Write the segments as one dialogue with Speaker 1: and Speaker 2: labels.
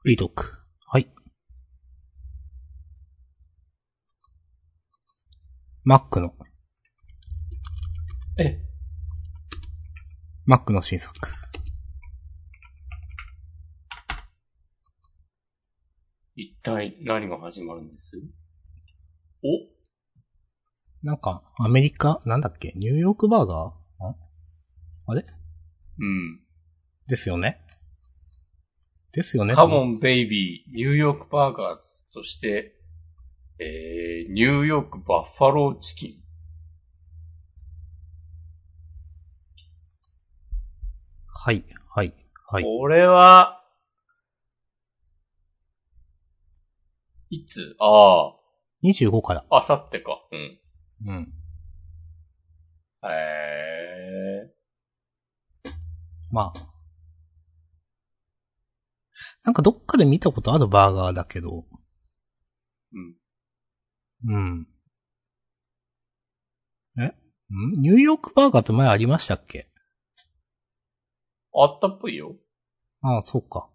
Speaker 1: フリートーク。はい。Mac の、
Speaker 2: え、
Speaker 1: Mac の新作。
Speaker 2: 一体何が始まるんですお
Speaker 1: なんか、アメリカ、なんだっけ、ニューヨークバーガーん
Speaker 2: うん。
Speaker 1: ですよねですよね
Speaker 2: カモンベイビー、ニューヨークバーガーズ、そして、えー、ニューヨークバッファローチキン。
Speaker 1: はい、はい、はい。
Speaker 2: これは、いつあ
Speaker 1: 25から。
Speaker 2: あ、あさってか。うん。
Speaker 1: うん。
Speaker 2: へえ。
Speaker 1: まあ。なんかどっかで見たことあるバーガーだけど。
Speaker 2: うん。
Speaker 1: うん。えんニューヨークバーガーって前ありましたっけ
Speaker 2: あったっぽいよ。
Speaker 1: ああ、そうか。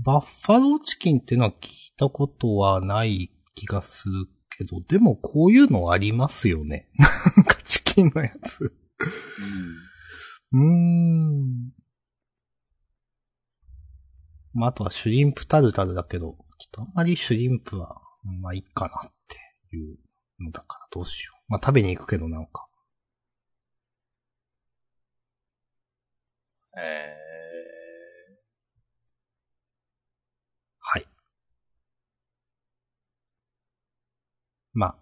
Speaker 1: バッファローチキンっていうのは聞いたことはない気がするけど、でもこういうのありますよね。 なんかチキンのやつ。うーん。まあ、あとはシュリンプタルタルだけど、ちょっとあんまりシュリンプは、まあいいかなっていうのだからどうしよう。まあ食べに行くけどなんか。
Speaker 2: うん。え
Speaker 1: はい。まあ、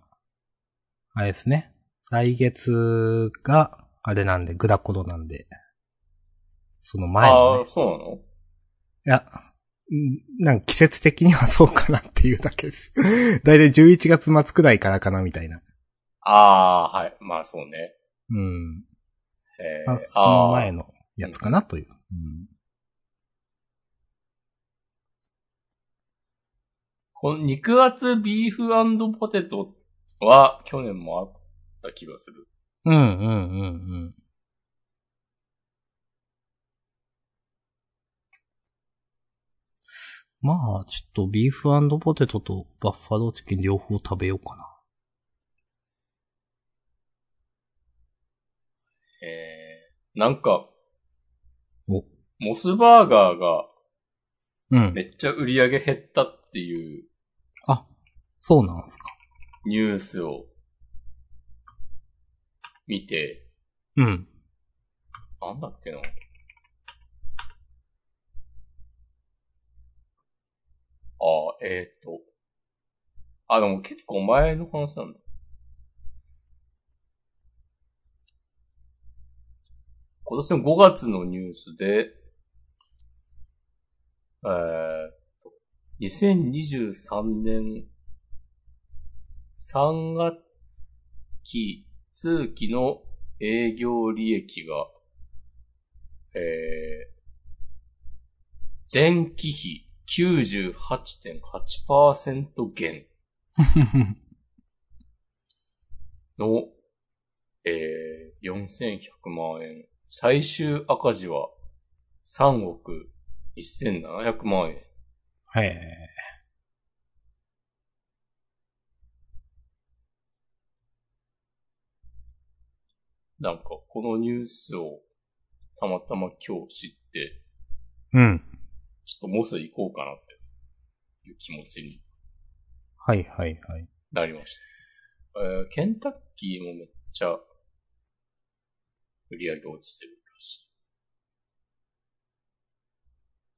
Speaker 1: あれですね。来月が、あれなんで、グラコロなんで、その
Speaker 2: ー。
Speaker 1: 前の、
Speaker 2: あ
Speaker 1: ね
Speaker 2: あ、、そうなの
Speaker 1: いや、んなんか季節的にはそうかなっていうだけです。 だいたい11月末くらいからかなみたいな。
Speaker 2: ああー、はい。まあそうね。
Speaker 1: うん。
Speaker 2: えー
Speaker 1: あその
Speaker 2: あ
Speaker 1: 前
Speaker 2: ー
Speaker 1: のやつかなという。うん
Speaker 2: この肉厚ビーフポテトは去年もあった気がする。
Speaker 1: うんうんうんうん。まあ、ちょっとビーフポテトとバッファローチキン両方食べようかな。
Speaker 2: えー、なんか、
Speaker 1: お
Speaker 2: モスバーガーが
Speaker 1: うん。
Speaker 2: めっちゃ売り上げ減ったっていう
Speaker 1: あ、そうなんすか。
Speaker 2: ニュースを見て、
Speaker 1: うん。
Speaker 2: なんだっけな。あー、えー、っと。あ、でも結構前の話なんだ。今年の5月のニュースで、えーっと、2023年3月期、通期の営業利益が、えー、前期比98.8%減の、えー、4100万円。最終赤字は3億1700万円。
Speaker 1: へえ。
Speaker 2: なんか、このニュースをたまたま今日知って、
Speaker 1: うん。
Speaker 2: ちょっとモス行こうかなっていう気持ちに
Speaker 1: はいはいはい。
Speaker 2: なりました。えー、ケンタッキーもめっちゃ売り上げ落ちてるらし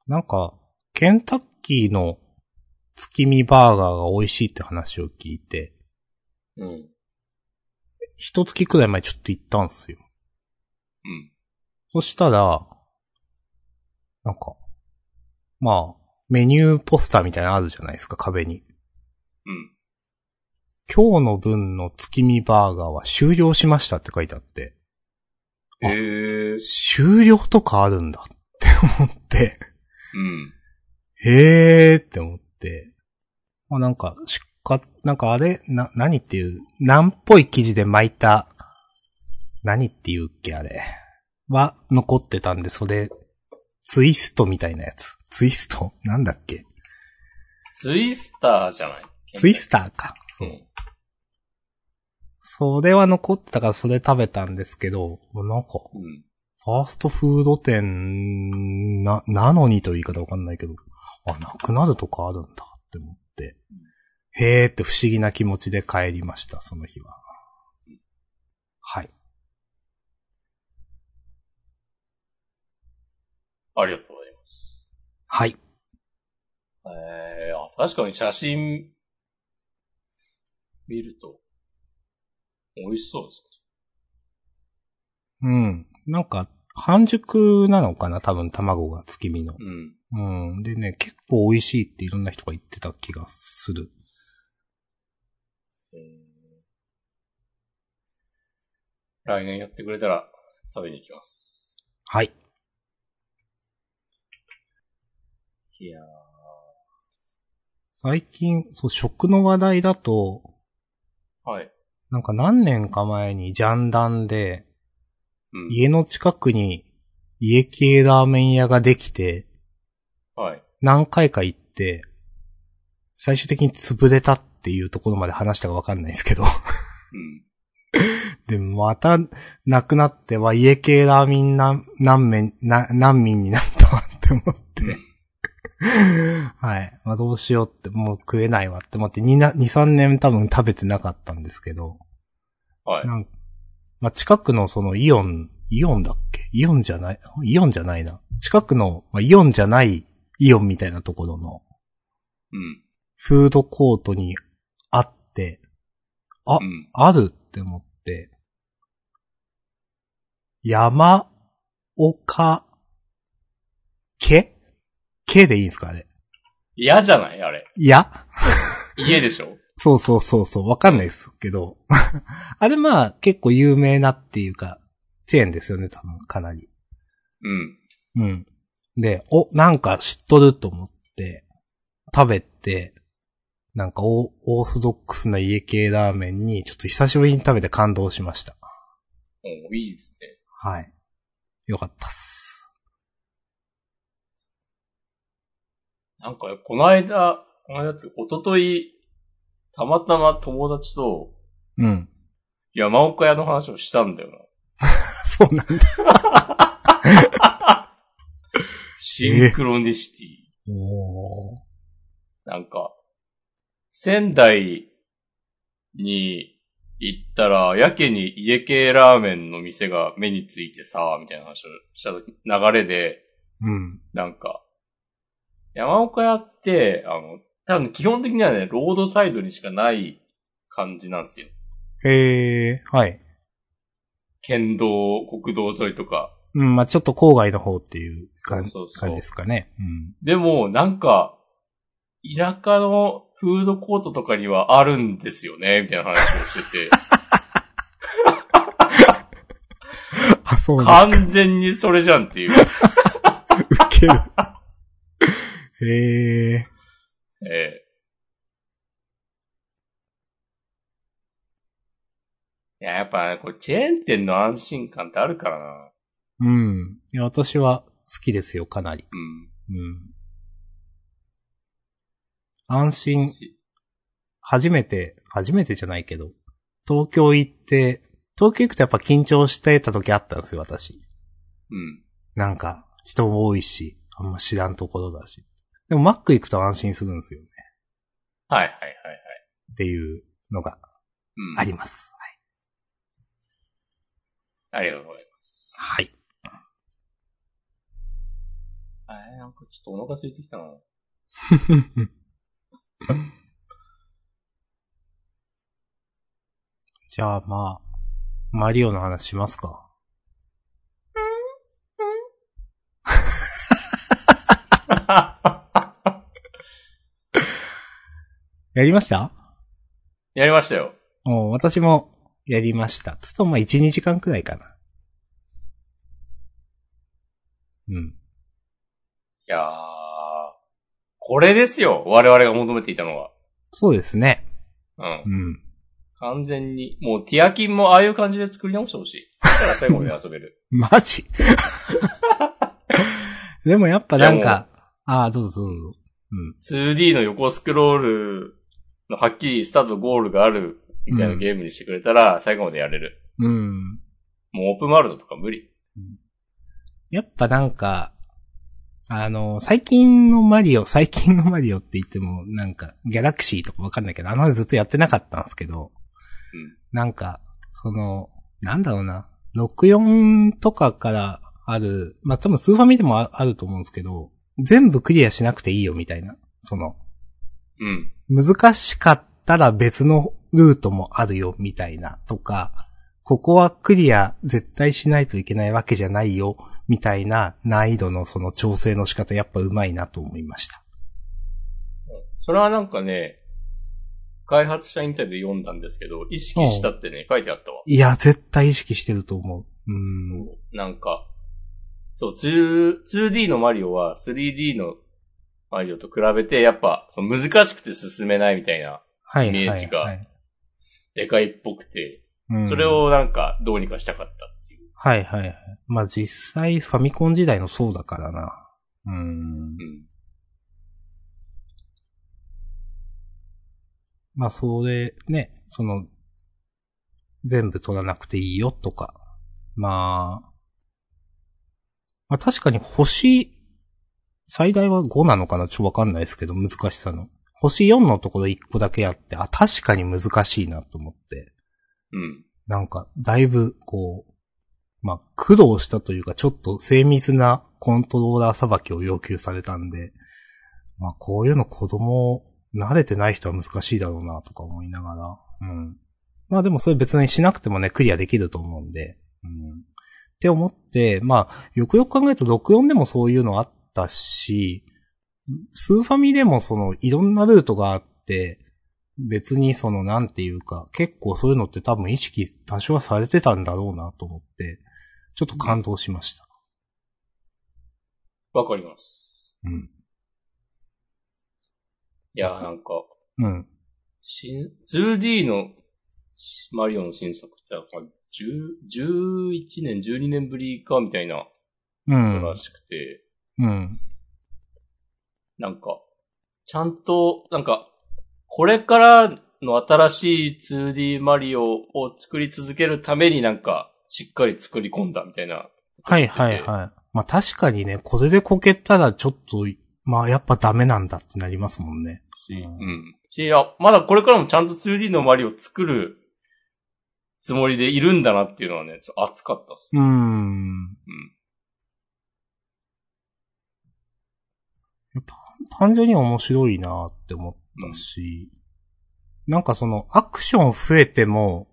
Speaker 2: い。
Speaker 1: なんか、ケンタッキーの月見バーガーが美味しいって話を聞いて、
Speaker 2: うん。うん。
Speaker 1: 一月くらい前ちょっと行ったんすよ。そしたら、なんか、まあ、メニューポスターみたいなのあるじゃないですか、壁に。
Speaker 2: うん。
Speaker 1: 今日の分の月見バーガーは終了しましたって書いてあって、あ
Speaker 2: えー、
Speaker 1: 終了とかあるんだって思って、
Speaker 2: うん。
Speaker 1: へーって思って、まあなんか、しっか、なんかあれ、な、何っていう、なんっぽい生地で巻いた、何っていうっけ、あれ。は、残ってたんで、それ、ツイストみたいなやつ。ツイストなんだっけ
Speaker 2: ツイスターじゃない
Speaker 1: ツイスターか。
Speaker 2: うん。
Speaker 1: それは残ってたからそれ食べたんですけど、なんか、
Speaker 2: うん。
Speaker 1: ファーストフード店な、なのにという言い方わかんないけど、あ、なくなるとかあるんだって思って、へーって不思議な気持ちで帰りました、その日は。はい。
Speaker 2: ありがとうございます。
Speaker 1: はい。
Speaker 2: えー、あ、確かに写真、見ると、美味しそうです
Speaker 1: うん。なんか、半熟なのかな多分卵が月見の。
Speaker 2: ね。うん。
Speaker 1: うん。でね、結構美味しいっていろんな人が言ってた気がする。
Speaker 2: えー来年やってくれたら食べに行きます。
Speaker 1: はい。
Speaker 2: いやー
Speaker 1: 最近、そう、食の話題だと、
Speaker 2: はい。
Speaker 1: なんか何年か前にジャンダンで、
Speaker 2: うん。
Speaker 1: 家の近くに家系ラーメン屋ができて、
Speaker 2: はい。
Speaker 1: 何回か行って、最終的に潰れたっていうところまで話したかわかんないですけど。
Speaker 2: うん。
Speaker 1: で、また、なくなっては家系ラーメンな、難民、な、難民になったわって思って。
Speaker 2: うん
Speaker 1: はい。まあどうしようって、もう食えないわって思って、2な、2、3年多分食べてなかったんですけど。
Speaker 2: はい。
Speaker 1: なんまあ、近くのそのイオン、イオンだっけイオンじゃない、イオンじゃないな。近くの、まあ、イオンじゃないイオンみたいなところの
Speaker 2: うん。
Speaker 1: フードコートにあって、あ
Speaker 2: うん。
Speaker 1: あるって思って、山岡家家でいいんですかあれ。
Speaker 2: 嫌じゃないあれ。
Speaker 1: いや
Speaker 2: 家でしょ
Speaker 1: そうそうそうそう、わかんないですけど。 あれまあ結構有名なっていうか、チェーンですよね、多分かなり。
Speaker 2: うん。
Speaker 1: うん。で、お、なんか知っとると思って、食べて、なんかオーオーソドックスな家系ラーメンに、ちょっと久しぶりに食べて感動しました。
Speaker 2: おいいですね。
Speaker 1: はい。よかったっす。
Speaker 2: なんか、この間、この間つ、おととい、たまたま友達と
Speaker 1: うん。
Speaker 2: 山岡屋の話をしたんだよな。
Speaker 1: そうなんだ。
Speaker 2: シンクロニシティ。
Speaker 1: おー
Speaker 2: なんか、仙台に行ったら、やけに家系ラーメンの店が目についてさ、みたいな話をした時流れで、
Speaker 1: うん。
Speaker 2: なんか、山岡屋って、あの、多分基本的にはね、ロードサイドにしかない感じなんですよ。
Speaker 1: へえ、はい。
Speaker 2: 県道、国道沿いとか。
Speaker 1: うん、まあちょっと郊外の方っていう感じ
Speaker 2: そうそうそう
Speaker 1: 感じですかね。うん。
Speaker 2: でも、なんか、田舎のフードコートとかにはあるんですよね、みたいな話を してて。
Speaker 1: あ、そうですか。
Speaker 2: 完全にそれじゃんっていう。
Speaker 1: ウケる。へえ。
Speaker 2: ええいや、やっぱ、ね、これチェーン店の安心感ってあるからな。
Speaker 1: うん。いや、私は好きですよ、かなり。
Speaker 2: うん。
Speaker 1: うん。安心、
Speaker 2: し
Speaker 1: 初めて、初めてじゃないけど、東京行って、東京行くとやっぱ緊張してた時あったんですよ、私。
Speaker 2: うん。
Speaker 1: なんか、人も多いし、あんま知らんところだし。でも、マック行くと安心するんですよね、
Speaker 2: はいはいはいはい。
Speaker 1: っていうのが
Speaker 2: うん。
Speaker 1: あります。
Speaker 2: ありがとうございます。
Speaker 1: はい。
Speaker 2: えー、なんかちょっとお腹空いてきたな。
Speaker 1: じゃあ、まあ、マリオの話しますか。やりました
Speaker 2: やりましたよ。
Speaker 1: もう私もやりました。つとまあ1、2時間くらいかな。うん。
Speaker 2: いやー、これですよ。我々が求めていたのは。
Speaker 1: そうですね。
Speaker 2: うん。
Speaker 1: うん。
Speaker 2: 完全に、もうティアキンもああいう感じで作り直してほしい。そしたら 最後まで遊べる。
Speaker 1: マジでもやっぱなんか、ああ、どうぞどうぞどうぞ。うん。
Speaker 2: 2D の横スクロールのはっきりスタートとゴールがあるみたいなゲームにしてくれたら最後までやれる。
Speaker 1: うん。
Speaker 2: もうオープンワールドとか無理。
Speaker 1: やっぱなんか、あの、最近のマリオ、最近のマリオって言っても、なんか、ギャラクシーとかわかんないけど、あの辺ずっとやってなかったんですけど、
Speaker 2: うん
Speaker 1: なんか、その、なんだろうな、64とかからある、まあ、多分スーファミでもああると思うんですけど、全部クリアしなくていいよみたいな、その、
Speaker 2: うん。
Speaker 1: 難しかったら別のルートもあるよ、みたいな、とか、ここはクリア絶対しないといけないわけじゃないよ、みたいな難易度のその調整の仕方やっぱうまいなと思いました。
Speaker 2: それはなんかね、開発者インタビュー読んだんですけど、意識したってね、書いてあったわ。
Speaker 1: いや、絶対意識してると思う。うん。
Speaker 2: なんか、そう、2 2D のマリオは 3D のマリオと比べて、やっぱ、その難しくて進めないみたいな、
Speaker 1: はい、
Speaker 2: イメ
Speaker 1: は
Speaker 2: ージ
Speaker 1: い、
Speaker 2: が
Speaker 1: はい。
Speaker 2: でかいっぽくて、
Speaker 1: うん
Speaker 2: それ。をなんか、どうにかしたかったっていう。
Speaker 1: はい、はい、はい。まあ、実際ファミコン時代のそうだからな。うん
Speaker 2: う。ん。
Speaker 1: まあ、それ、ね、その、全部取らなくていいよとか。まあ、まあ確かに星、最大は5なのかなちょっとわかんないですけど、難しさの。星4のところ1個だけあって、あ、確かに難しいなと思って。
Speaker 2: うん。
Speaker 1: なんか、だいぶ、こう、まあ、苦労したというか、ちょっと精密なコントローラーさばきを要求されたんで、まあ、こういうの子供、慣れてない人は難しいだろうな、とか思いながら、うん。まあでもそれ別にしなくてもね、クリアできると思うんで、うん。って思って、まあ、よくよく考えると64でもそういうのあったし、スーファミでもその、いろんなルートがあって、別にその、なんていうか、結構そういうのって多分意識多少はされてたんだろうなと思って、ちょっと感動しました。
Speaker 2: わかります。
Speaker 1: うん。
Speaker 2: いや、なんか、
Speaker 1: うん。
Speaker 2: 新 2D のマリオの新作って、なんか10 11年、12年ぶりか、みたいな、
Speaker 1: うん
Speaker 2: ら。しくて、
Speaker 1: うん。
Speaker 2: なんか、ちゃんと、なんか、これからの新しい 2D マリオを作り続けるためになんか、しっかり作り込んだみたいな。
Speaker 1: はいはい
Speaker 2: い。
Speaker 1: はい。まあ確かにね、これでこけたらちょっと、まあやっぱダメなんだってなりますもんね。
Speaker 2: うん。し、あ、まだこれからもちゃんと 2D のマリオを作るつもりでいるんだなっていうのはね、ちょっと熱かったっす。
Speaker 1: うーん。た単純に面白いなって思ったし、なんかそのアクション増えても、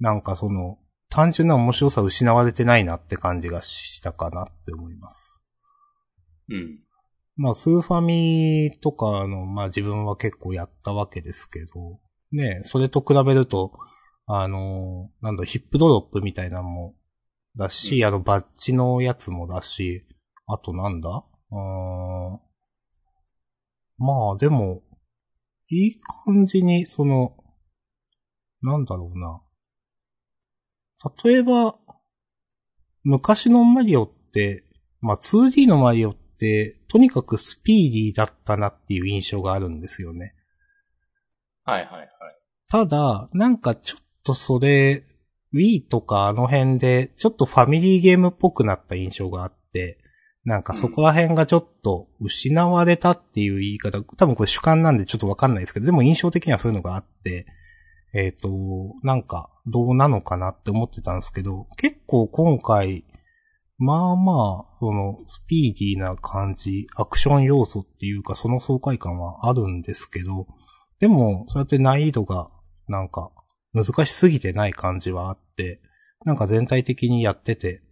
Speaker 1: なんかその単純な面白さ失われてないなって感じがしたかなって思います。
Speaker 2: うん。
Speaker 1: まあ、スーファミとかの、まあ自分は結構やったわけですけど、ねえ、それと比べると、あの、なんだ、ヒップドロップみたいなのもだし、
Speaker 2: うん
Speaker 1: あの、バッジのやつもだし、あとなんだうーん。まあ、でも、いい感じに、その、なんだろうな。例えば、昔のマリオって、まあ 2D のマリオって、とにかくスピーディーだったなっていう印象があるんですよね。
Speaker 2: はいはいはい。
Speaker 1: ただ、なんかちょっとそれ、Wii とかあの辺で、ちょっとファミリーゲームっぽくなった印象があって、なんかそこら辺がちょっと失われたっていう言い方、多分これ主観なんでちょっとわかんないですけど、でも印象的にはそういうのがあって、えっ、と、なんかどうなのかなって思ってたんですけど、結構今回、まあまあ、その、スピーディーな感じ、アクション要素っていうか、その爽快感はあるんですけど、でも、そうやって難易度が、なんか、難しすぎてない感じはあって、なんか全体的にやってて、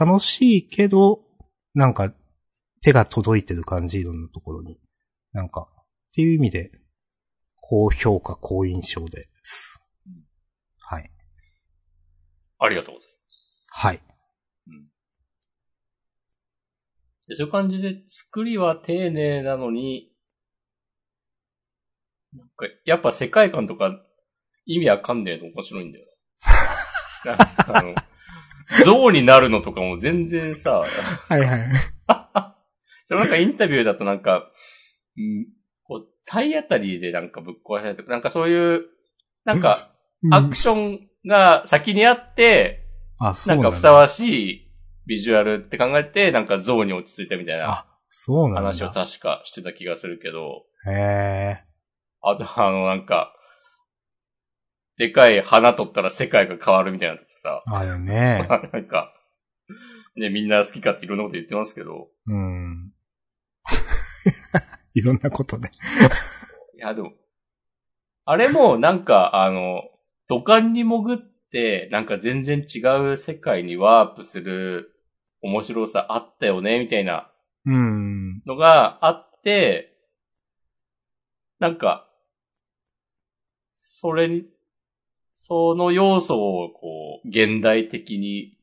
Speaker 1: 楽しいけど、なんか、手が届いてる感じ、いろんなところに。なんか、っていう意味で、高評価、高印象です。はい。
Speaker 2: ありがとうございます。
Speaker 1: はい。
Speaker 2: でそういう感じで、作りは丁寧なのに、なんか、やっぱ世界観とか、意味わかんねえの面白いんだよな。なんかあの、像になるのとかも全然さ、
Speaker 1: はいはい。
Speaker 2: でもなんかインタビューだとなんか、うんこう、体当たりでなんかぶっ壊されて、なんかそういう、なんか、アクションが先にあって、
Speaker 1: あ、そ
Speaker 2: な
Speaker 1: うんな
Speaker 2: か
Speaker 1: ん
Speaker 2: ふさ
Speaker 1: だ。
Speaker 2: わしいビジュアルって考えて、なんか像に落ち着いたみたいな
Speaker 1: あ、そうなんだ。
Speaker 2: 話を確かしてた気がするけど、
Speaker 1: へえ。
Speaker 2: あとあのなんか、でかい花取ったら世界が変わるみたいなのとかさ、
Speaker 1: あるね。
Speaker 2: なんか、ね、みんな好き勝手いろんなこと言ってますけど、
Speaker 1: うん。 いろんなことね。
Speaker 2: いや、でも、あれも、なんか、あの、土管に潜って、なんか全然違う世界にワープする面白さあったよね、みたいな
Speaker 1: うん。
Speaker 2: のがあって、なんか、それに、その要素を、こう、現代的に、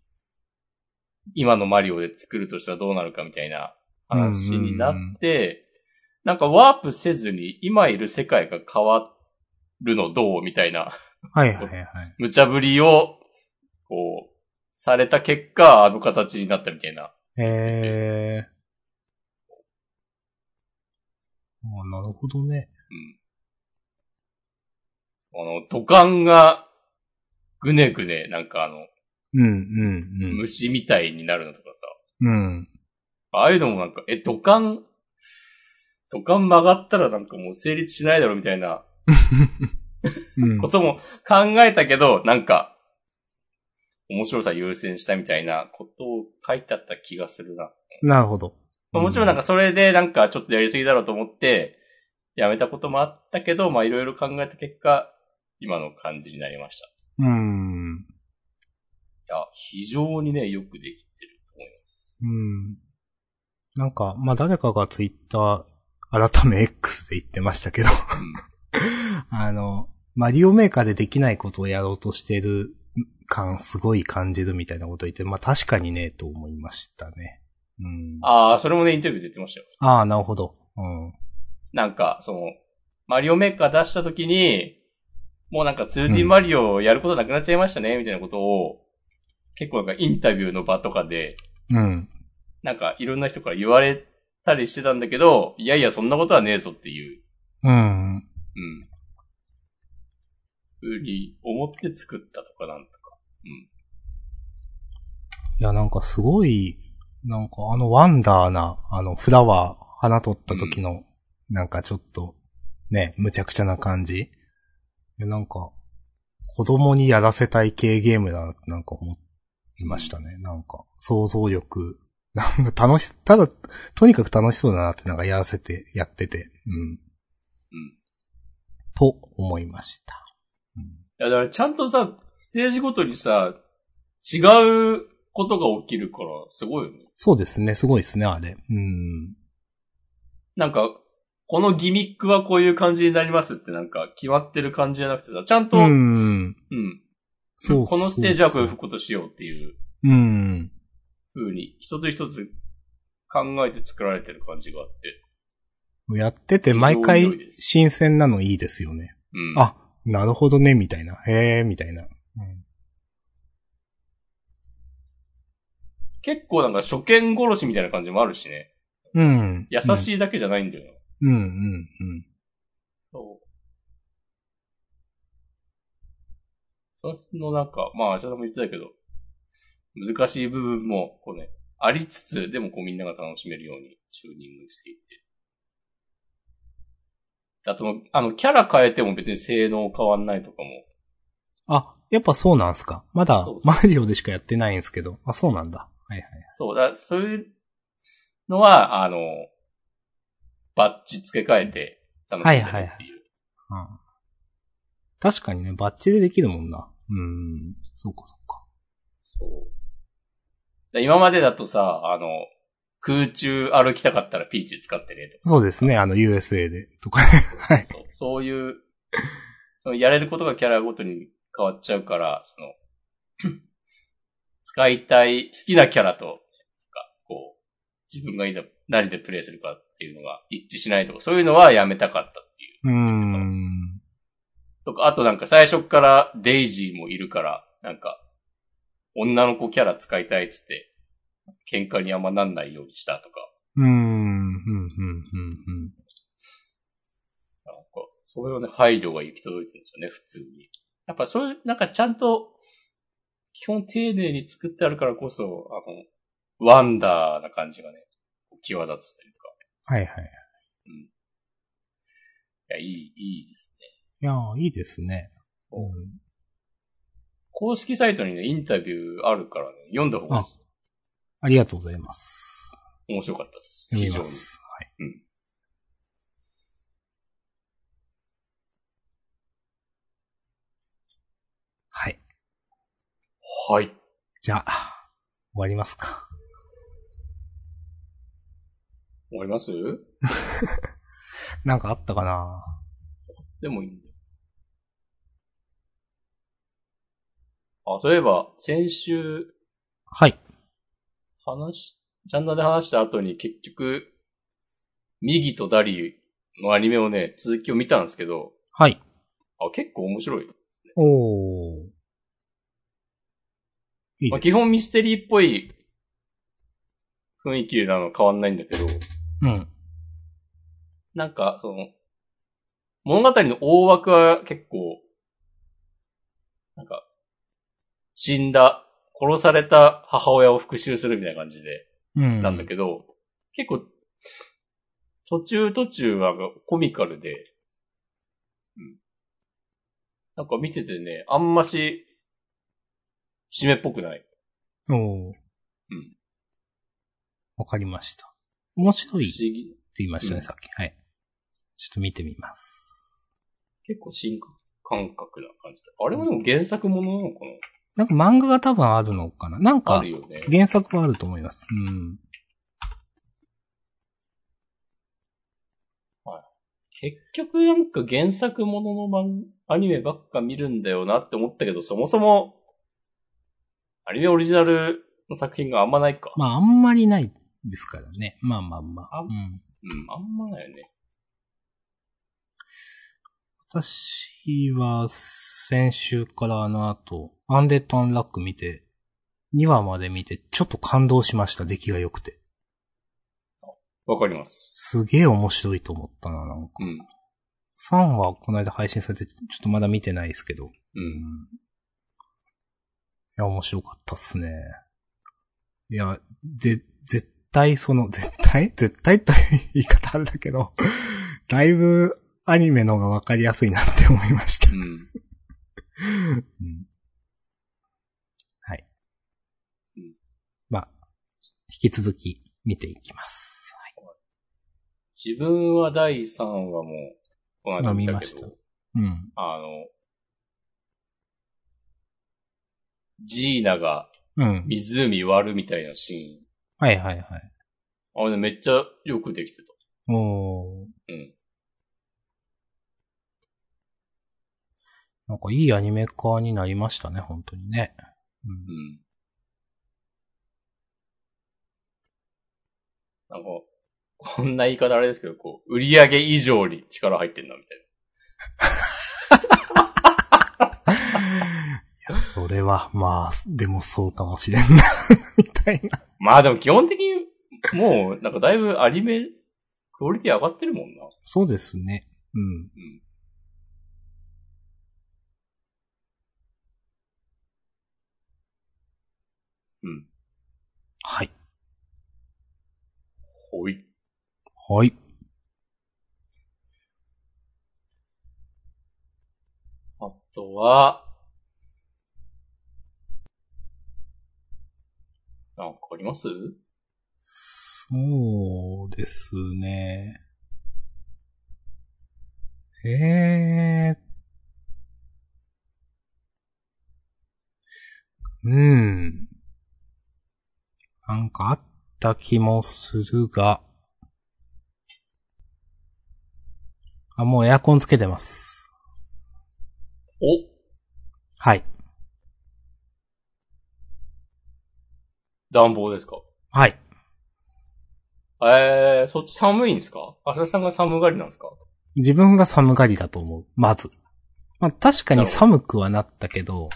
Speaker 2: 今のマリオで作るとしたらどうなるかみたいな話になって、なんかワープせずに今いる世界が変わるのどうみたいな
Speaker 1: はいはいはい。
Speaker 2: 無茶ぶりを、こう、された結果、あの形になったみたいな。
Speaker 1: ええ。あなるほどね。
Speaker 2: あの、土管が、ぐねぐね、なんかあの、
Speaker 1: うんうん
Speaker 2: 虫みたいになるのとかさ。
Speaker 1: うん。うん。
Speaker 2: ああいうのもなんか、え、土管、土管曲がったらなんかもう成立しないだろみたいな
Speaker 1: うん
Speaker 2: こ。とも考えたけど、なんか、面白さ優先したみたいなことを書いてあった気がするな。
Speaker 1: なるほど。
Speaker 2: まあもちろんなん
Speaker 1: か、
Speaker 2: かそれでなんかちょっとやりすぎだろうと思って、やめたこともあったけど、まあいろいろ考えた結果、今の感じになりました。
Speaker 1: うん。うん。
Speaker 2: いや、非常にね、よくできてると思います。
Speaker 1: なんか、まあ、誰かがツイッター、改め X で言ってましたけど、 あの、マリオメーカーでできないことをやろうとしてる感、すごい感じるみたいなこと言って、まあ、確かにね、と思いましたね。うん。
Speaker 2: ああ、それもね、インタビューで言ってましたよ。
Speaker 1: ああ、なるほど。うん。
Speaker 2: なんか、その、マリオメーカー出した時に、もうなんか 2D マリオやることなくなっちゃいましたね、みたいなことを、結構なんかインタビューの場とかで、
Speaker 1: うん。
Speaker 2: なんかいろんな人から言われたりしてたんだけど、いやいや、そんなことはねえぞっていう、
Speaker 1: うん。
Speaker 2: うん。ふうに思って作ったとかなんとか。
Speaker 1: いや、なんかすごい、なんかあのワンダーな、あのフラワー、花取った時の、なんかちょっと、ね、むちゃくちゃな感じ。いや、なんか、子供にやらせたい系ゲームだなってなんか思いましたね。なんか、想像力。なんか楽し、ただ、とにかく楽しそうだなってなんかやらせて、やってて、うん。
Speaker 2: うん。
Speaker 1: と思いました。うん
Speaker 2: いや、だからちゃんとさ、ステージごとにさ、違うことが起きるから、すごいよね。
Speaker 1: そうですね、すごいですね、あれ。うん。
Speaker 2: なんか、このギミックはこういう感じになりますってなんか決まってる感じじゃなくてさ、ちゃんと、うん。
Speaker 1: ん。そう
Speaker 2: このステージはこういう
Speaker 1: そう
Speaker 2: ことしようっていう
Speaker 1: そううん。
Speaker 2: 風に、一つ一つ考えて作られてる感じがあって。
Speaker 1: やってて毎
Speaker 2: 非
Speaker 1: 回
Speaker 2: 常に良いです
Speaker 1: 新鮮なのいいですよね。
Speaker 2: うん。
Speaker 1: あ、なるほどね、みたいな。へえ、みたいな。
Speaker 2: 結構なんか初見殺しみたいな感じもあるしね。
Speaker 1: うん。
Speaker 2: 優
Speaker 1: い。
Speaker 2: しいだけじゃないんだよな。
Speaker 1: うん、うん、うん。
Speaker 2: そう。そのなんか、まあ、ちょっとも言ってたけど、難しい部分も、こうね、ありつつ、でもこうみんなが楽しめるようにチューニングしていって。あと、あの、キャラ変えても別に性能変わんないとかも。
Speaker 1: あ、やっぱそうなんすか。まだ
Speaker 2: そうそう
Speaker 1: マリオでしかやってないんですけど。あ、そうなんだ。はいはい。
Speaker 2: そう、だそういうのは、あの、バッチ付け替えて楽しめるっていう。
Speaker 1: はいはいうん、確かにね、バッチでできるもんな。うん。そうかそうか。
Speaker 2: そう。で今までだとさ、あの、空中歩きたかったらピーチ使ってねとか。
Speaker 1: そうですね、あの USA で。とかね。はい。
Speaker 2: そうそういう、そのやれることがキャラごとに変わっちゃうから、その、使いたい、好きなキャラと、なんか、こう、自分がいざ何でプレイするかっていうのが一致しないとか、そういうのはやめたかったっていう。
Speaker 1: うん。
Speaker 2: とか、あとなんか最初からデイジーもいるから、なんか、女の子キャラ使いたいっつって、喧嘩にあんまなんないようにしたとか。
Speaker 1: うん。うん、うん、うん、
Speaker 2: なんか、それをね、配慮が行き届いてるんですよね、普通に。やっぱそういう、なんかちゃんと、基本丁寧に作ってあるからこそ、あの、ワンダーな感じがね、際立つというか。
Speaker 1: はいはい。
Speaker 2: いや、いい、いいですね。
Speaker 1: いやーいいですね。うん
Speaker 2: 公式サイトにね、インタビューあるからね、読んだ方がいいです
Speaker 1: ありがとうございます。
Speaker 2: 面白かったです。
Speaker 1: 読
Speaker 2: 非
Speaker 1: み
Speaker 2: 常に
Speaker 1: ま。す。はい。はい。
Speaker 2: はい。
Speaker 1: じゃあ、終わりますか。
Speaker 2: 終わります
Speaker 1: なんかあったかな
Speaker 2: でもいいんだよ。あ、そういえば、先週、
Speaker 1: はい。
Speaker 2: 話し、ジャンダーで話した後に結局、右とダリのアニメをね、続きを見たんですけど、
Speaker 1: はい。
Speaker 2: あ、結構面白いですね。
Speaker 1: おー。いい
Speaker 2: まあ、
Speaker 1: です。
Speaker 2: 基本ミステリーっぽい雰囲気なの変わんないんだけど、
Speaker 1: うん。
Speaker 2: なんか、その、物語の大枠は結構、なんか、死んだ、殺された母親を復讐するみたいな感じで、
Speaker 1: うん。
Speaker 2: なんだけど、結構、途中途中はコミカルで、うん。なんか見ててね、あんまし、締めっぽくない。
Speaker 1: ど。おー。
Speaker 2: うん。
Speaker 1: わかりました。面白
Speaker 2: 不
Speaker 1: いっ
Speaker 2: 思
Speaker 1: て
Speaker 2: 議。
Speaker 1: 言いましたね、
Speaker 2: うん
Speaker 1: さっき。はい。ちょっと見てみます。
Speaker 2: 結構新感覚な感じで。あれはでも原作ものなのか
Speaker 1: なんか漫画が多分あるのかななん
Speaker 2: なあ
Speaker 1: か
Speaker 2: る、よね。
Speaker 1: 原作はあると思います。うん。
Speaker 2: 結局なんか原作ものの漫アニメばっか見るんだよなって思ったけど、そもそも、アニメオリジナルの作品があんまないか。
Speaker 1: まあ、あんまりないですからね。まあまあまあ。
Speaker 2: あ
Speaker 1: うん。
Speaker 2: うん、あんまないよね。
Speaker 1: 私は、先週からあの後、アンデッド・アンラック見て、2話まで見て、ちょっと感動しました。出来が良くて。
Speaker 2: わかります。
Speaker 1: すげえ面白いと思ったな、なんか。
Speaker 2: うん。
Speaker 1: 3話、この間配信されて、ちょっとまだ見てないですけど。
Speaker 2: う
Speaker 1: うん
Speaker 2: ん。
Speaker 1: いや、面白かったっすね。いや、で、絶対その、絶対絶対という言い方あるんだけど、だいぶアニメの方がわかりやすいなって思いました。
Speaker 2: うん。
Speaker 1: うんはい
Speaker 2: うん。
Speaker 1: まあ、引き続き見ていきます。
Speaker 2: 自分は第3話も、この間見たけ
Speaker 1: あ見ま
Speaker 2: ど、
Speaker 1: うん。
Speaker 2: あの、ジーナが
Speaker 1: うん。
Speaker 2: 湖割るみたいなシ
Speaker 1: はいはいはい。
Speaker 2: ーン。あれね、めっちゃよくできてた。
Speaker 1: おー。
Speaker 2: うん。
Speaker 1: なんかいいアニメ化になりましたね、本当にね。うん
Speaker 2: うん。なんか、こんな言い方あれですけど、こう、売り上げ以上に力入ってんな、みたい
Speaker 1: いや、それは、まあ、でもそうかもしれんな、みたいな。
Speaker 2: な。まあでも基本的に、もう、なんかだいぶアニメ、クオリティ上がってるもんな。
Speaker 1: そうですね。うん。
Speaker 2: うん。うん。
Speaker 1: はい。
Speaker 2: ほい。
Speaker 1: はい。
Speaker 2: あとは、なんかあります
Speaker 1: そうですね。えー。うん。なんかあった気もするが。あ、もうエアコンつけてます。
Speaker 2: お
Speaker 1: はい。
Speaker 2: 暖房ですか
Speaker 1: はい。
Speaker 2: えー、そっち寒いんですか浅田さんが寒がりなんですか
Speaker 1: 自分が寒がりだと思う。まず。まあ確かに寒くはなったけど、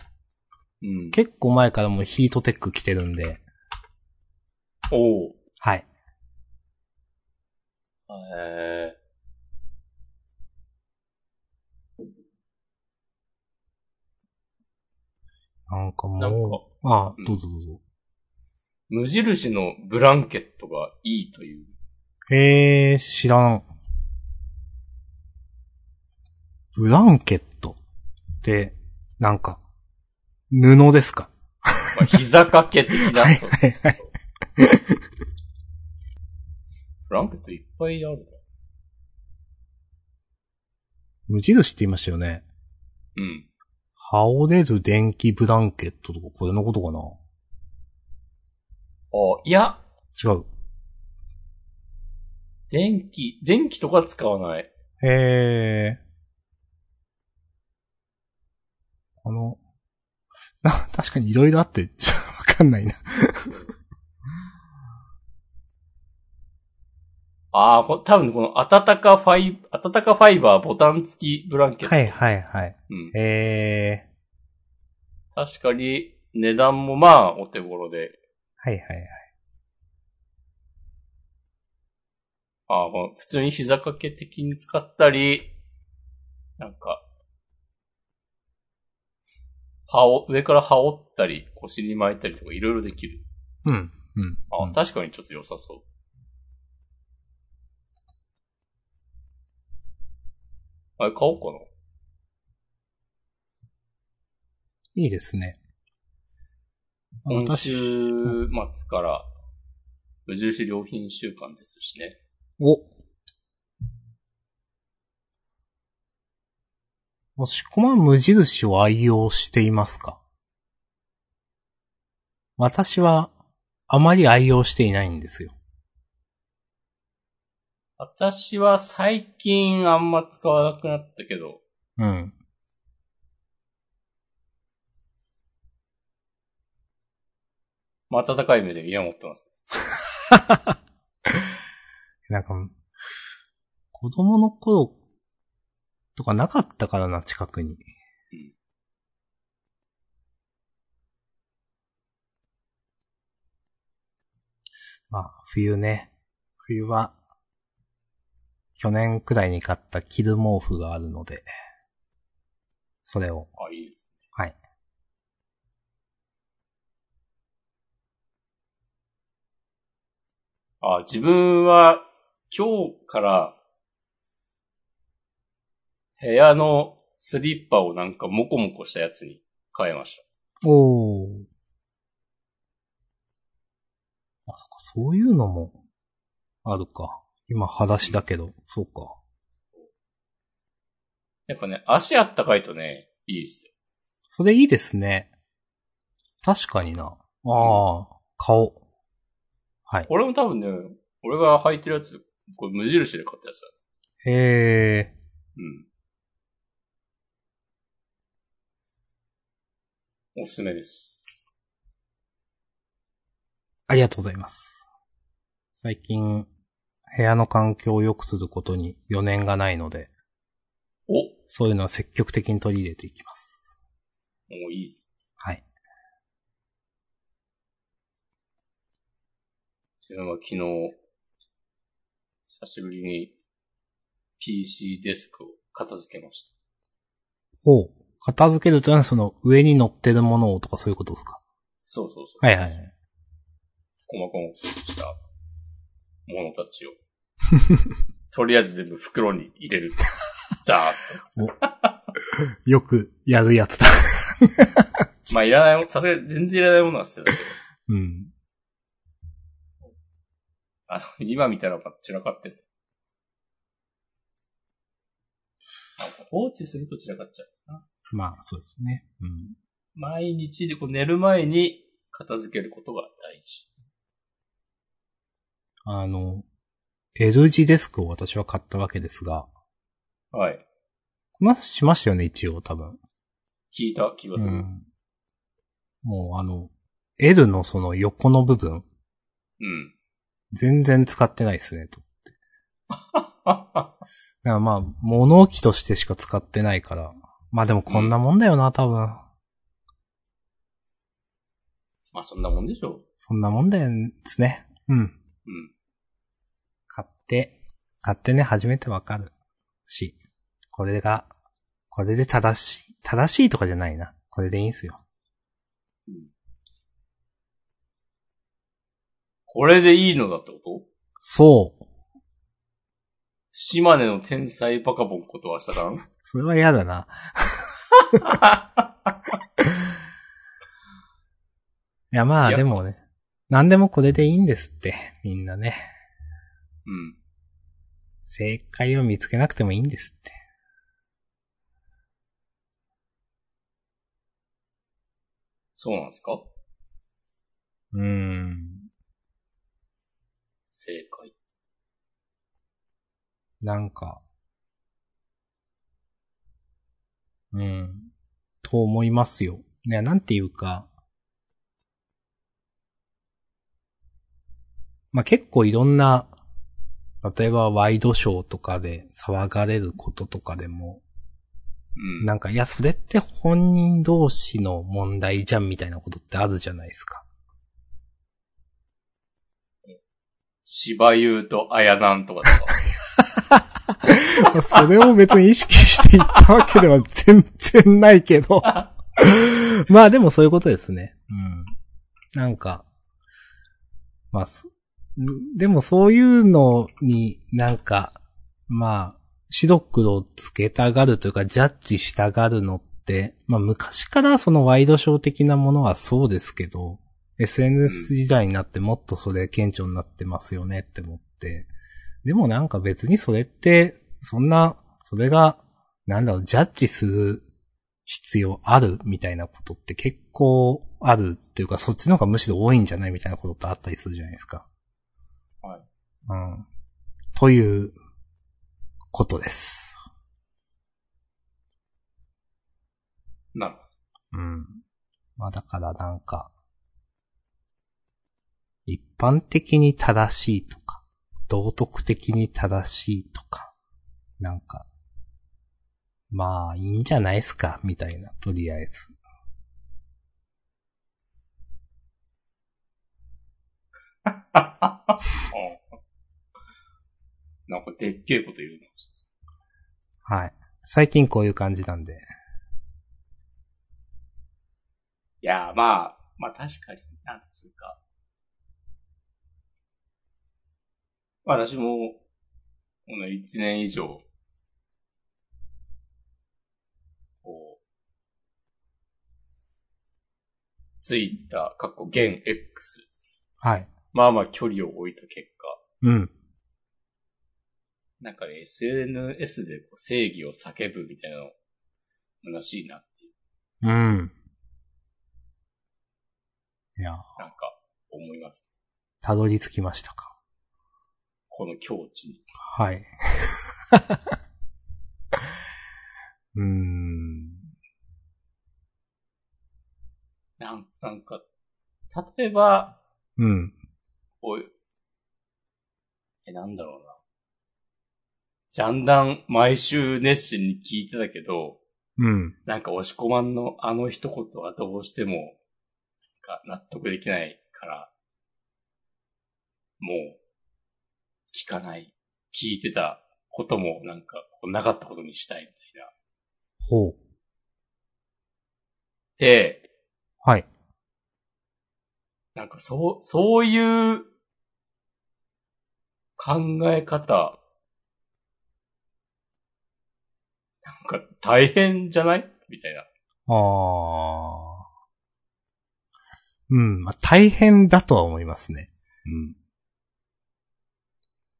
Speaker 2: うん。
Speaker 1: 結構前からもうヒートテック着てるんで、
Speaker 2: おー
Speaker 1: はい。
Speaker 2: へえ。
Speaker 1: なんか
Speaker 2: なんか、
Speaker 1: もう、あ
Speaker 2: うん
Speaker 1: どうぞどうぞ。
Speaker 2: 無印のブランケットがいいという。
Speaker 1: へえ、知らん。ブランケットって、なんか、布ですか
Speaker 2: まあ、膝掛け的な。
Speaker 1: はい
Speaker 2: そう
Speaker 1: はいはい。
Speaker 2: ブランケットいっぱいあるね。
Speaker 1: 無印って言いましたよね。
Speaker 2: うん。
Speaker 1: 羽織れる電気ブランケットとか、これのことか
Speaker 2: あ、いや、
Speaker 1: な違う。
Speaker 2: 電気、電気とか使わない。
Speaker 1: へえ。この、な、確かにいろいろあって、わかんないな。
Speaker 2: ああ、こ多分この暖かファイ、暖かファイバーボタン付きブランケット。
Speaker 1: はいはいはい。
Speaker 2: うん。
Speaker 1: へえ。
Speaker 2: 確かに、値段もまあ、お手頃で。
Speaker 1: はいはいはい。
Speaker 2: ああ、この普通に膝掛け的に使ったり、なんか、羽織、上から羽織ったり、腰に巻いたりとかいろいろできる。
Speaker 1: うん。うん。
Speaker 2: あ、
Speaker 1: うん
Speaker 2: 確かにちょっと良さそう。あれ買おうかな。
Speaker 1: いいですね。
Speaker 2: 今
Speaker 1: 私、
Speaker 2: 週末から、無印良品週間ですしね。
Speaker 1: お。もしこま無印を愛用していますか私は、あまり愛用していないんですよ。
Speaker 2: 私は最近あんま使わなくなったけど、
Speaker 1: うん。
Speaker 2: まあ、温かい目で見守ってます。
Speaker 1: なんか、子供の頃とかなかったからな、近くに。まあ、冬ね。冬は、去年くらいに買った着る毛布があるので、それを。
Speaker 2: あ、いいですね。
Speaker 1: はい。
Speaker 2: あ、自分は今日から部屋のスリッパをなんかモコモコしたやつに変えました。
Speaker 1: おー。あ、そっか、そういうのも、あるか。今、裸足だけど、そうか。
Speaker 2: やっぱね、足あったかいとね、いいですよ。
Speaker 1: それいいですね。確かにな。ああ、顔。はい。
Speaker 2: 俺も多分ね、俺が履いてるやつ、これ無印で買ったやつだ。
Speaker 1: へえ。
Speaker 2: うん。おすすめです。
Speaker 1: ありがとうございます。最近、部屋の環境を良くすることに余念がないので、
Speaker 2: お
Speaker 1: そういうのは積極的に取り入れていきます。
Speaker 2: もういいです。
Speaker 1: はい。
Speaker 2: 自分は昨日、久しぶりに PC デスクを片付けました。
Speaker 1: ほう。片付けるというのはその上に乗ってるものをとかそういうことですか
Speaker 2: そうそうそう。
Speaker 1: はいはいはい。
Speaker 2: 細々としたものたちを。 とりあえず全部袋に入れる。ザーッ
Speaker 1: よくやるやつだ。
Speaker 2: と。まあ、いらないもん、さすがに全然いらないものは捨てたけど。
Speaker 1: うん。
Speaker 2: あの、今見たらば散らかってて。なんか放置すると散らかっちゃう。
Speaker 1: まあ、そうですね。うん。
Speaker 2: 毎日でこう寝る前に片付けることが大事。
Speaker 1: あの、L 字デスクを私は買ったわけですが、
Speaker 2: はい。
Speaker 1: この話しましたよね、一応、多分。
Speaker 2: 聞いた気がする。うん。
Speaker 1: もう、あの、L のその横の部分、全然使ってないです ね、と。
Speaker 2: あ
Speaker 1: だからまあ、物置としてしか使ってないから。まあでもこんなもんだよな、多分。
Speaker 2: まあそんなもんでしょ
Speaker 1: そんなもんだよですね。うん。
Speaker 2: う。うん。
Speaker 1: 買って、買ってね、初めてわかるし、これが、これで正しい、正しいとかじゃないな。これでいいんすよ。
Speaker 2: これでいいのだってこと
Speaker 1: そう。
Speaker 2: 島根の天才バカボンことはしたらん
Speaker 1: それは嫌だ な。いや、ま
Speaker 2: い
Speaker 1: あ、
Speaker 2: や
Speaker 1: でもね、何でもこれでいいんですって、みんなね。
Speaker 2: うん。
Speaker 1: 正解を見つけなくてもいいんですって。
Speaker 2: そうなんですか
Speaker 1: うーん。
Speaker 2: 正解。
Speaker 1: なんか、うん、と思いますよ。いや、なんていうか、まあ、結構いろんな、例えばワイドショーとかで騒がれることとかでも、
Speaker 2: うん。
Speaker 1: なんか、いや、それって本人同士の問題じゃんみたいなことってあるじゃないですか。
Speaker 2: 芝優と綾なんとかとか。
Speaker 1: まあそれを別に意識していったわけでは全然ないけ ど。まあでもそういうことですね。うん。なんか、まあ、すでもそういうのになんか、まあ、白黒つけたがるというか、ジャッジしたがるのって、まあ昔からそのワイドショー的なものはそうですけど、SNS 時代になってもっとそれ顕著になってますよねって思って。でもなんか別にそれって、そんな、それが、なんだろう、ジャッジする必要あるみたいなことって結構あるっていうか、そっちの方がむしろ多いんじゃないみたいなことってあったりするじゃないですか。
Speaker 2: はい。
Speaker 1: うん。という、ことです。
Speaker 2: な るほ
Speaker 1: うん。まあだからなんか、一般的に正しいとか、道徳的に正しいとか、なんか、まあいいんじゃないですか、みたいな、とりあえず。
Speaker 2: ど。うん。なんかでっけえこと言うな。
Speaker 1: はい。最近こういう感じなんで。
Speaker 2: いや、まあ、まあ確かに、なんつうか。まあ私も、この一年以上、こう、ついた、かっこ、現 X。
Speaker 1: はい。
Speaker 2: まあまあ距離を置いた結果、
Speaker 1: うん。
Speaker 2: なんかね、SNS でこう正義を叫ぶみたいなの、虚しいなっていう、
Speaker 1: うん。いや、
Speaker 2: なんか、思います。
Speaker 1: たどり着きましたか。
Speaker 2: この境地に。
Speaker 1: はい。 うーん。
Speaker 2: なんなんか、例えば、
Speaker 1: うん。
Speaker 2: こういう、え、なんだろうな。ジャンダン毎週熱心に聞いてたけど、
Speaker 1: うん。
Speaker 2: なんか押し込まんのあの一言はどうしても、なんか納得できないから、もう、聞かない。聞いてたこともなんか、こうなかったことにしたいみたいな。
Speaker 1: ほう。
Speaker 2: で、
Speaker 1: はい。
Speaker 2: なんかそう、そういう考え方、なんか大変じゃないみたいな。
Speaker 1: あー。うん。まあ、大変だとは思いますね。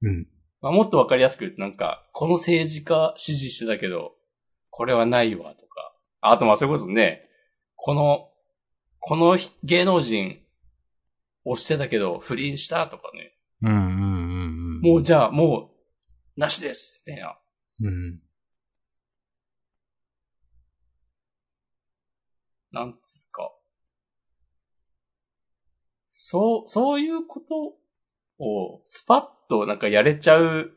Speaker 1: うん。うん。
Speaker 2: まあ、もっとわかりやすく言うとなんか、この政治家支持してたけど、これはないわとか。あとまあそれこそね、この、この芸能人をしてたけど不倫したとかね。
Speaker 1: うんうんうんうん。
Speaker 2: もうじゃあもう、なしですみたいな。
Speaker 1: うん。
Speaker 2: なんつうか。そう、そういうことをスパッとなんかやれちゃう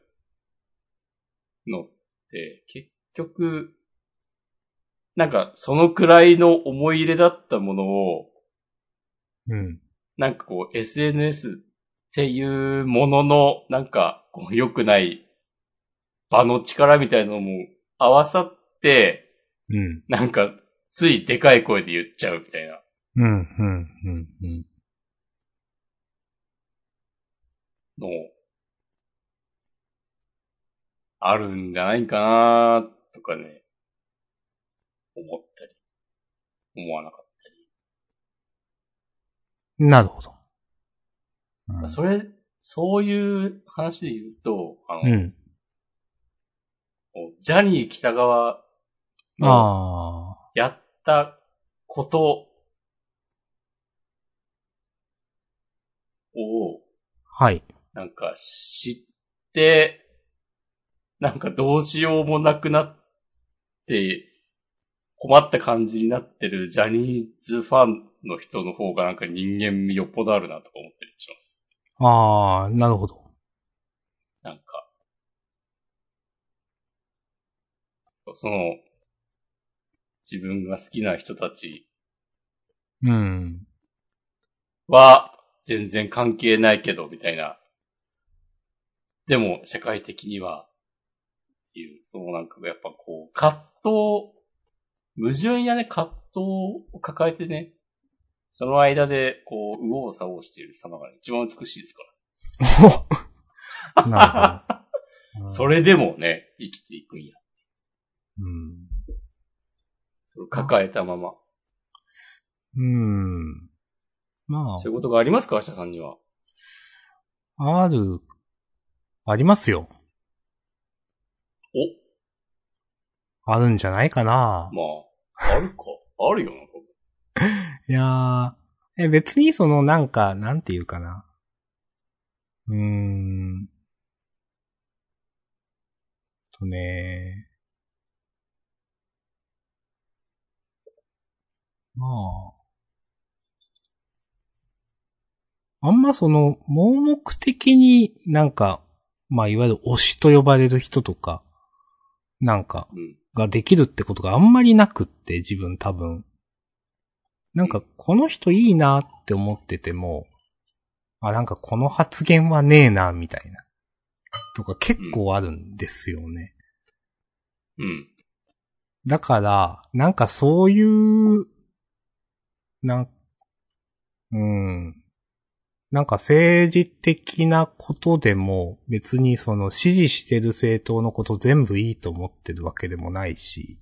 Speaker 2: のって結局、なんかそのくらいの思い入れだったものを、
Speaker 1: うん。
Speaker 2: なんかこう SNS っていうもののなんかこう良くない場の力みたいなのも合わさって、
Speaker 1: うん。
Speaker 2: なんか、ついでかい声で言っちゃうみたいな。
Speaker 1: うん、うん、うん、うん。
Speaker 2: の、あるんじゃないかなとかね、思ったり、思わなかっ
Speaker 1: なるほど。
Speaker 2: た。それ、そういう話で言うと、あの、
Speaker 1: うん。
Speaker 2: こうジャニー北川の
Speaker 1: ああ。
Speaker 2: やったことを、
Speaker 1: はい。
Speaker 2: なんか知って、なんかどうしようもなくなって、困った感じになってるジャニーズファンの人の方がなんか人間味よっぽどあるなとか思ったりします。
Speaker 1: ああ、なるほど。
Speaker 2: なんか。その、自分が好きな人たち
Speaker 1: うん。
Speaker 2: は全然関係ないけど、みたいな。でも、社会的には、っていう、そのなんかやっぱこう、葛藤、矛盾やね、葛藤を抱えてね、その間で、こう、右往左往している様が一番美しいですか
Speaker 1: なるほど。
Speaker 2: ら。そ。れでもね、生きていくんや。
Speaker 1: う
Speaker 2: それを抱えたまま。
Speaker 1: ん。うん。ま
Speaker 2: そういうことがありますか明日さんには。
Speaker 1: あ、ある、ありますよ。
Speaker 2: お
Speaker 1: あるんじゃないかな。
Speaker 2: まあ、ある か。あるよな、こ
Speaker 1: いやー、え、別にそのなんか、なんていうかな。うーん。とねまあ。あんまその、盲目的になんか、まあいわゆる推しと呼ばれる人とか、なんか、
Speaker 2: れうん。
Speaker 1: ができるってことがあんまりなくって、自分多分。なんか、この人いいなって思ってても、あ、なんかこの発言はねえな、みたいな。とか結構あるんですよね。
Speaker 2: うん。
Speaker 1: だから、なんかそういう、なん、うん。なんか政治的なことでも別にその支持してる政党のこと全部いいと思ってるわけでもないし、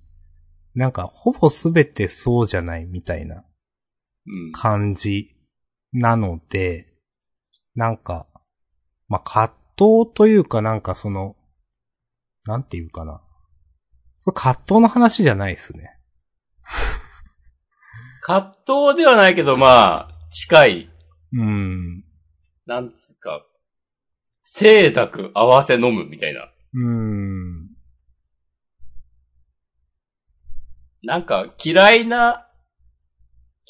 Speaker 1: なんかほぼすべてそうじゃないみたいな
Speaker 2: うん。
Speaker 1: 感じなので、なんか、まあ、葛藤というかなんかその、なんていうかな。これ葛藤の話じゃないですね。
Speaker 2: 葛藤ではないけど、まあ、近い
Speaker 1: うん。
Speaker 2: なんつうか、清濁合わせ飲むみたいな。
Speaker 1: うん。
Speaker 2: なんか嫌いな、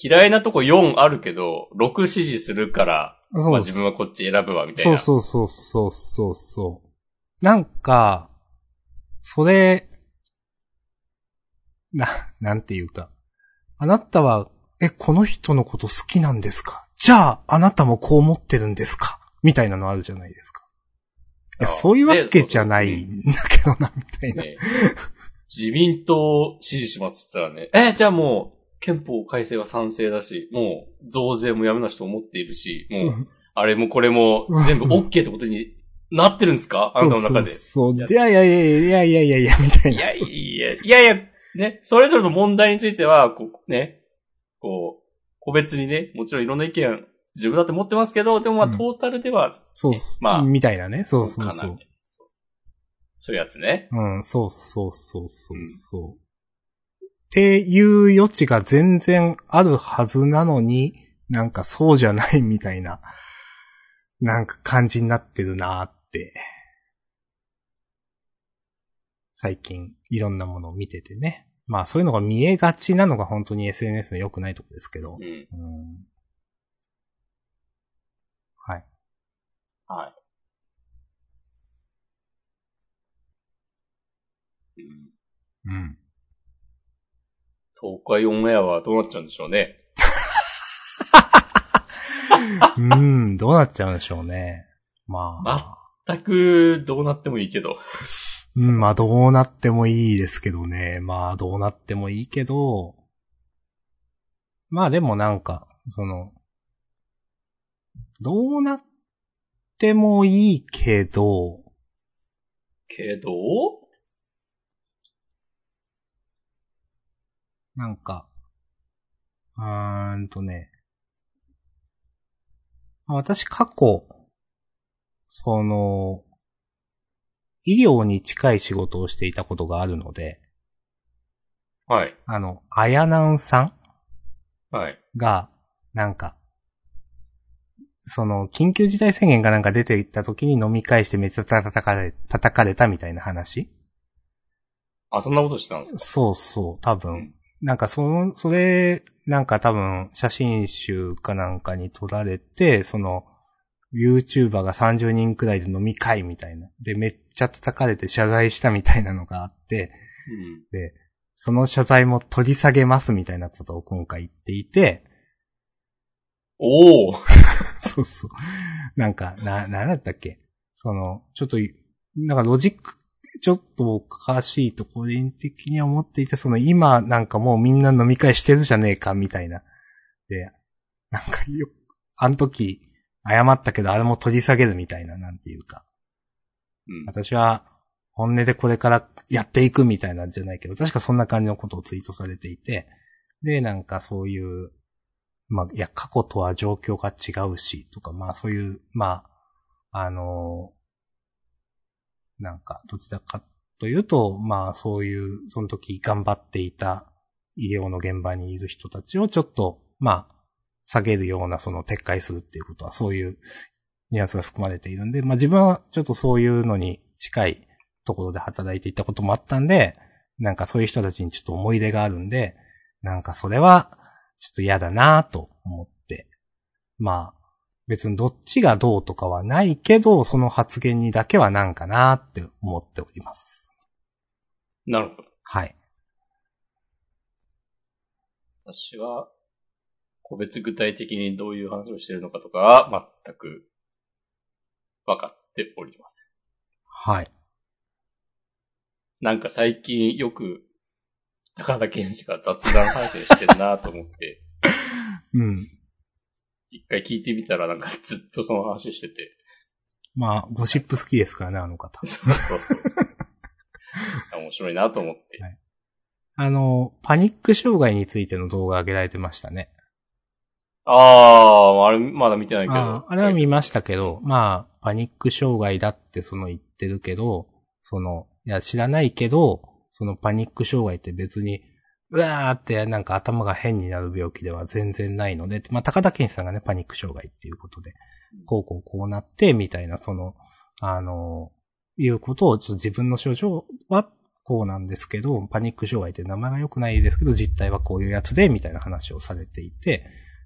Speaker 2: 嫌いなとこ4あるけど、6指示するから、
Speaker 1: そ
Speaker 2: まあ
Speaker 1: う
Speaker 2: 自分
Speaker 1: そう
Speaker 2: はこっち選ぶわ、みたい
Speaker 1: そ
Speaker 2: な。
Speaker 1: うそうそうそうそうそう。なんか、それ、な、 なんていうか。あなたは、え、この人のこと好きなんですかじゃあ、あなたもこう思ってるんですかみたいなのあるじゃないですか。いや、
Speaker 2: ああ
Speaker 1: そういうわけ
Speaker 2: ね
Speaker 1: じゃない
Speaker 2: そ
Speaker 1: んだけどな、みたいな。
Speaker 2: ね、自民党を支持しますって言ったらね、え、じゃあもう、憲法改正は賛成だし、もう、増税もやめなしと思っているし、もう、あれもこれも全部 OK ってことになってるんですかあなたの中で。
Speaker 1: そうそうそう。いやいやいやいやいやいやいや、みたい
Speaker 2: い
Speaker 1: な。
Speaker 2: やいや、いやいや、ね、それぞれの問題については、こう、ね、こう、個別にね、もちろんいろんな意見、自分だって持ってますけど、でもまあ、
Speaker 1: うん
Speaker 2: トータルでは、
Speaker 1: そう、
Speaker 2: まあ
Speaker 1: みたいなね。そう
Speaker 2: か
Speaker 1: そう
Speaker 2: な
Speaker 1: そう。。
Speaker 2: そういうやつね。
Speaker 1: うん、そうそうそうそうそう、っていう余地が全然あるはずなのに、なんかそうじゃないみたいな、なんか感じになってるなーって。最近いろんなものを見ててね。まあそういうのが見えがちなのが本当に SNS の良くないとこですけど
Speaker 2: う。
Speaker 1: う
Speaker 2: ん。
Speaker 1: ん、はい。
Speaker 2: はい。うん
Speaker 1: うん。
Speaker 2: 東海オンエアはどうなっちゃうんでしょうね。
Speaker 1: うん、どうなっちゃうんでしょうね。まあ。
Speaker 2: 全くどうなってもいいけど。
Speaker 1: ううん、まあどうなってもいいですけどね。まあどうなってもいいけど、まあでもなんか、その、どうなってもいいけど、
Speaker 2: けど
Speaker 1: なんか、うーんとね、私過去、その、医療に近い仕事をしていたことがあるので、
Speaker 2: はい。
Speaker 1: あの、あやなんさん
Speaker 2: はい。
Speaker 1: が、なんか、その、緊急事態宣言がなんか出ていった時に飲み会してめっちゃ叩かれ、叩かれたみたいな話
Speaker 2: あ、そんなことしてたんですか
Speaker 1: そうそう、多分。
Speaker 2: うん
Speaker 1: なんかその、それ、なんか多分、写真集かなんかに撮られて、その、YouTuber が30人くらいで飲み会みたいな。で、めっちゃ叩かれて謝罪したみたいなのがあって、
Speaker 2: うん。
Speaker 1: その謝罪も取り下げますみたいなことを今回言っていて、
Speaker 2: おお
Speaker 1: そうそう。なんか、な、なんだったっけその、ちょっと、なんかロジック、ちょっとおかしいと個人的には思っていて、その今なんかもうみんな飲み会してるじゃねえか、みたいな。で、なんかよ、あの時、謝ったけどあれも取り下げるみたいな、なんていうか。
Speaker 2: うん。
Speaker 1: 私は、本音でこれからやっていくみたいなんじゃないけど、確かそんな感じのことをツイートされていて、で、なんかそういう、まあ、いや、過去とは状況が違うし、とか、まあそういう、まあ、あのなんか、どちらかというと、まあそういう、その時頑張っていた医療の現場にいる人たちをちょっと、まあ、下げるような、その撤回するっていうことは、そういうニュアンスが含まれているんで、まあ自分はちょっとそういうのに近いところで働いていたこともあったんで、なんかそういう人たちにちょっと思い出があるんで、なんかそれはちょっと嫌だなぁと思って。まあ、別にどっちがどうとかはないけど、その発言にだけはなんかなぁって思っております。
Speaker 2: なるほど。
Speaker 1: はい。
Speaker 2: 私は、個別具体的にどういう話をしてるのかとかは、全く、分かっておりません。
Speaker 1: はい。
Speaker 2: なんか最近よく、高田健志が雑談配信してるなと思って、
Speaker 1: うん。
Speaker 2: 一回聞いてみたらなんかずっとその話してて、
Speaker 1: まあ、ゴシップ好きですからね、あの方。
Speaker 2: そうそう。面白いなと思って。
Speaker 1: あの、パニック障害についての動画上げられてましたね。
Speaker 2: ああ、あれまだ見てないけど。
Speaker 1: ああれは見ましたけど、まあ、パニック障害だってその言ってるけど、その、いや、知らないけど、そのパニック障害って別に、うわーってなんか頭が変になる病気では全然ないので、まあ、高田健さんがね、パニック障害っていうことで、こうこうこうなって、みたいな、その、あの、いうことを、ちょっと自分の症状はこうなんですけど、パニック障害っていう名前が良くないですけど、実態はこういうやつで、みたいな話をされていて、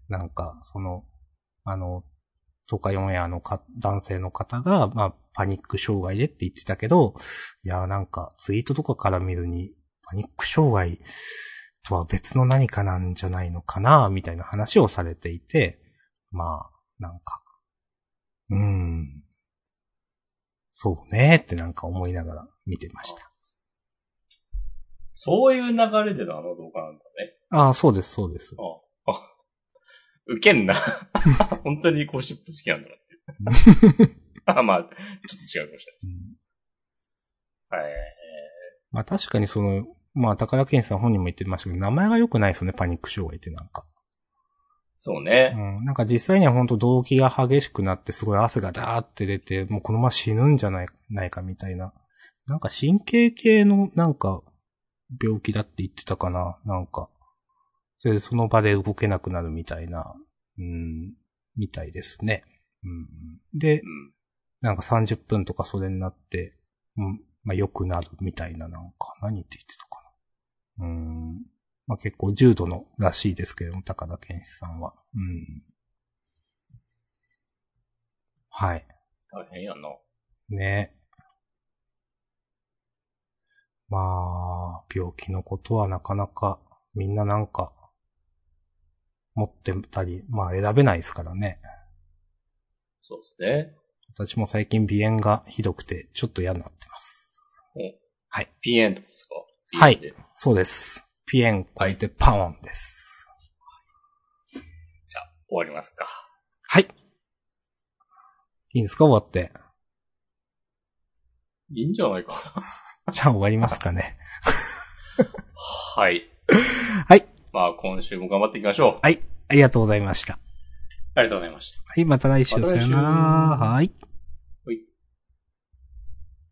Speaker 1: なんか、その、あの、とか4夜のか男性の方が、まあ、パニック障害でって言ってたけど、いや、なんか、ツイートとかから見るに、パニック障害とは別の何かなんじゃないのかな、みたいな話をされていて、まあ、なんか、うーん、そうねってなんか思いながら見てました。
Speaker 2: そういう流れでのあの動画なんだね。
Speaker 1: ああ、そうです、そうです。
Speaker 2: ああ。ウケんな。 本当にゴシップ好きなんだな って。あまあ、ちょっと違いまし
Speaker 1: うん
Speaker 2: た。はい。
Speaker 1: まあ確かにその、まあ高田健さん本人も言ってましたけど、名前が良くないですよね、パニック障害ってなんか。
Speaker 2: そう
Speaker 1: う
Speaker 2: ね。
Speaker 1: ん。なんか実際には本当動機が激しくなって、すごい汗がダーって出て、もうこのまま死ぬんじゃない、ないかみたいな。なんか神経系のなんか、病気だって言ってたかな、なんか。それでその場で動けなくなるみたいな、うん、みたいですね。うん。で
Speaker 2: う、ん。
Speaker 1: なんか30分とかそれになって、うん、まあ良くなるみたいな、なんか、何って言ってたかな。うーん。まあ結構重度のらしいですけども、高田健一さんは。うん。はい。
Speaker 2: 大変やな。
Speaker 1: ね。まあ、病気のことはなかなか、みんななんか、持ってたり、まあ選べないですからね。
Speaker 2: そうですね。
Speaker 1: 私も最近鼻炎がひどくて、ちょっと嫌になってます。
Speaker 2: ピエンとかですか
Speaker 1: はい
Speaker 2: ピエンで
Speaker 1: そうです。ピエン超えてパオンです。
Speaker 2: じゃあ、終わりますか。
Speaker 1: はい。いいんですか終わって。
Speaker 2: いいんじゃないか
Speaker 1: じゃあ終わりますかね。
Speaker 2: な。はい。
Speaker 1: はい。
Speaker 2: まあ、今週も頑張っていきましょう。
Speaker 1: はい。ありがとうございました。
Speaker 2: ありがとうございました。
Speaker 1: はい、また来週。
Speaker 2: また
Speaker 1: さ
Speaker 2: 来週
Speaker 1: よなら。はい。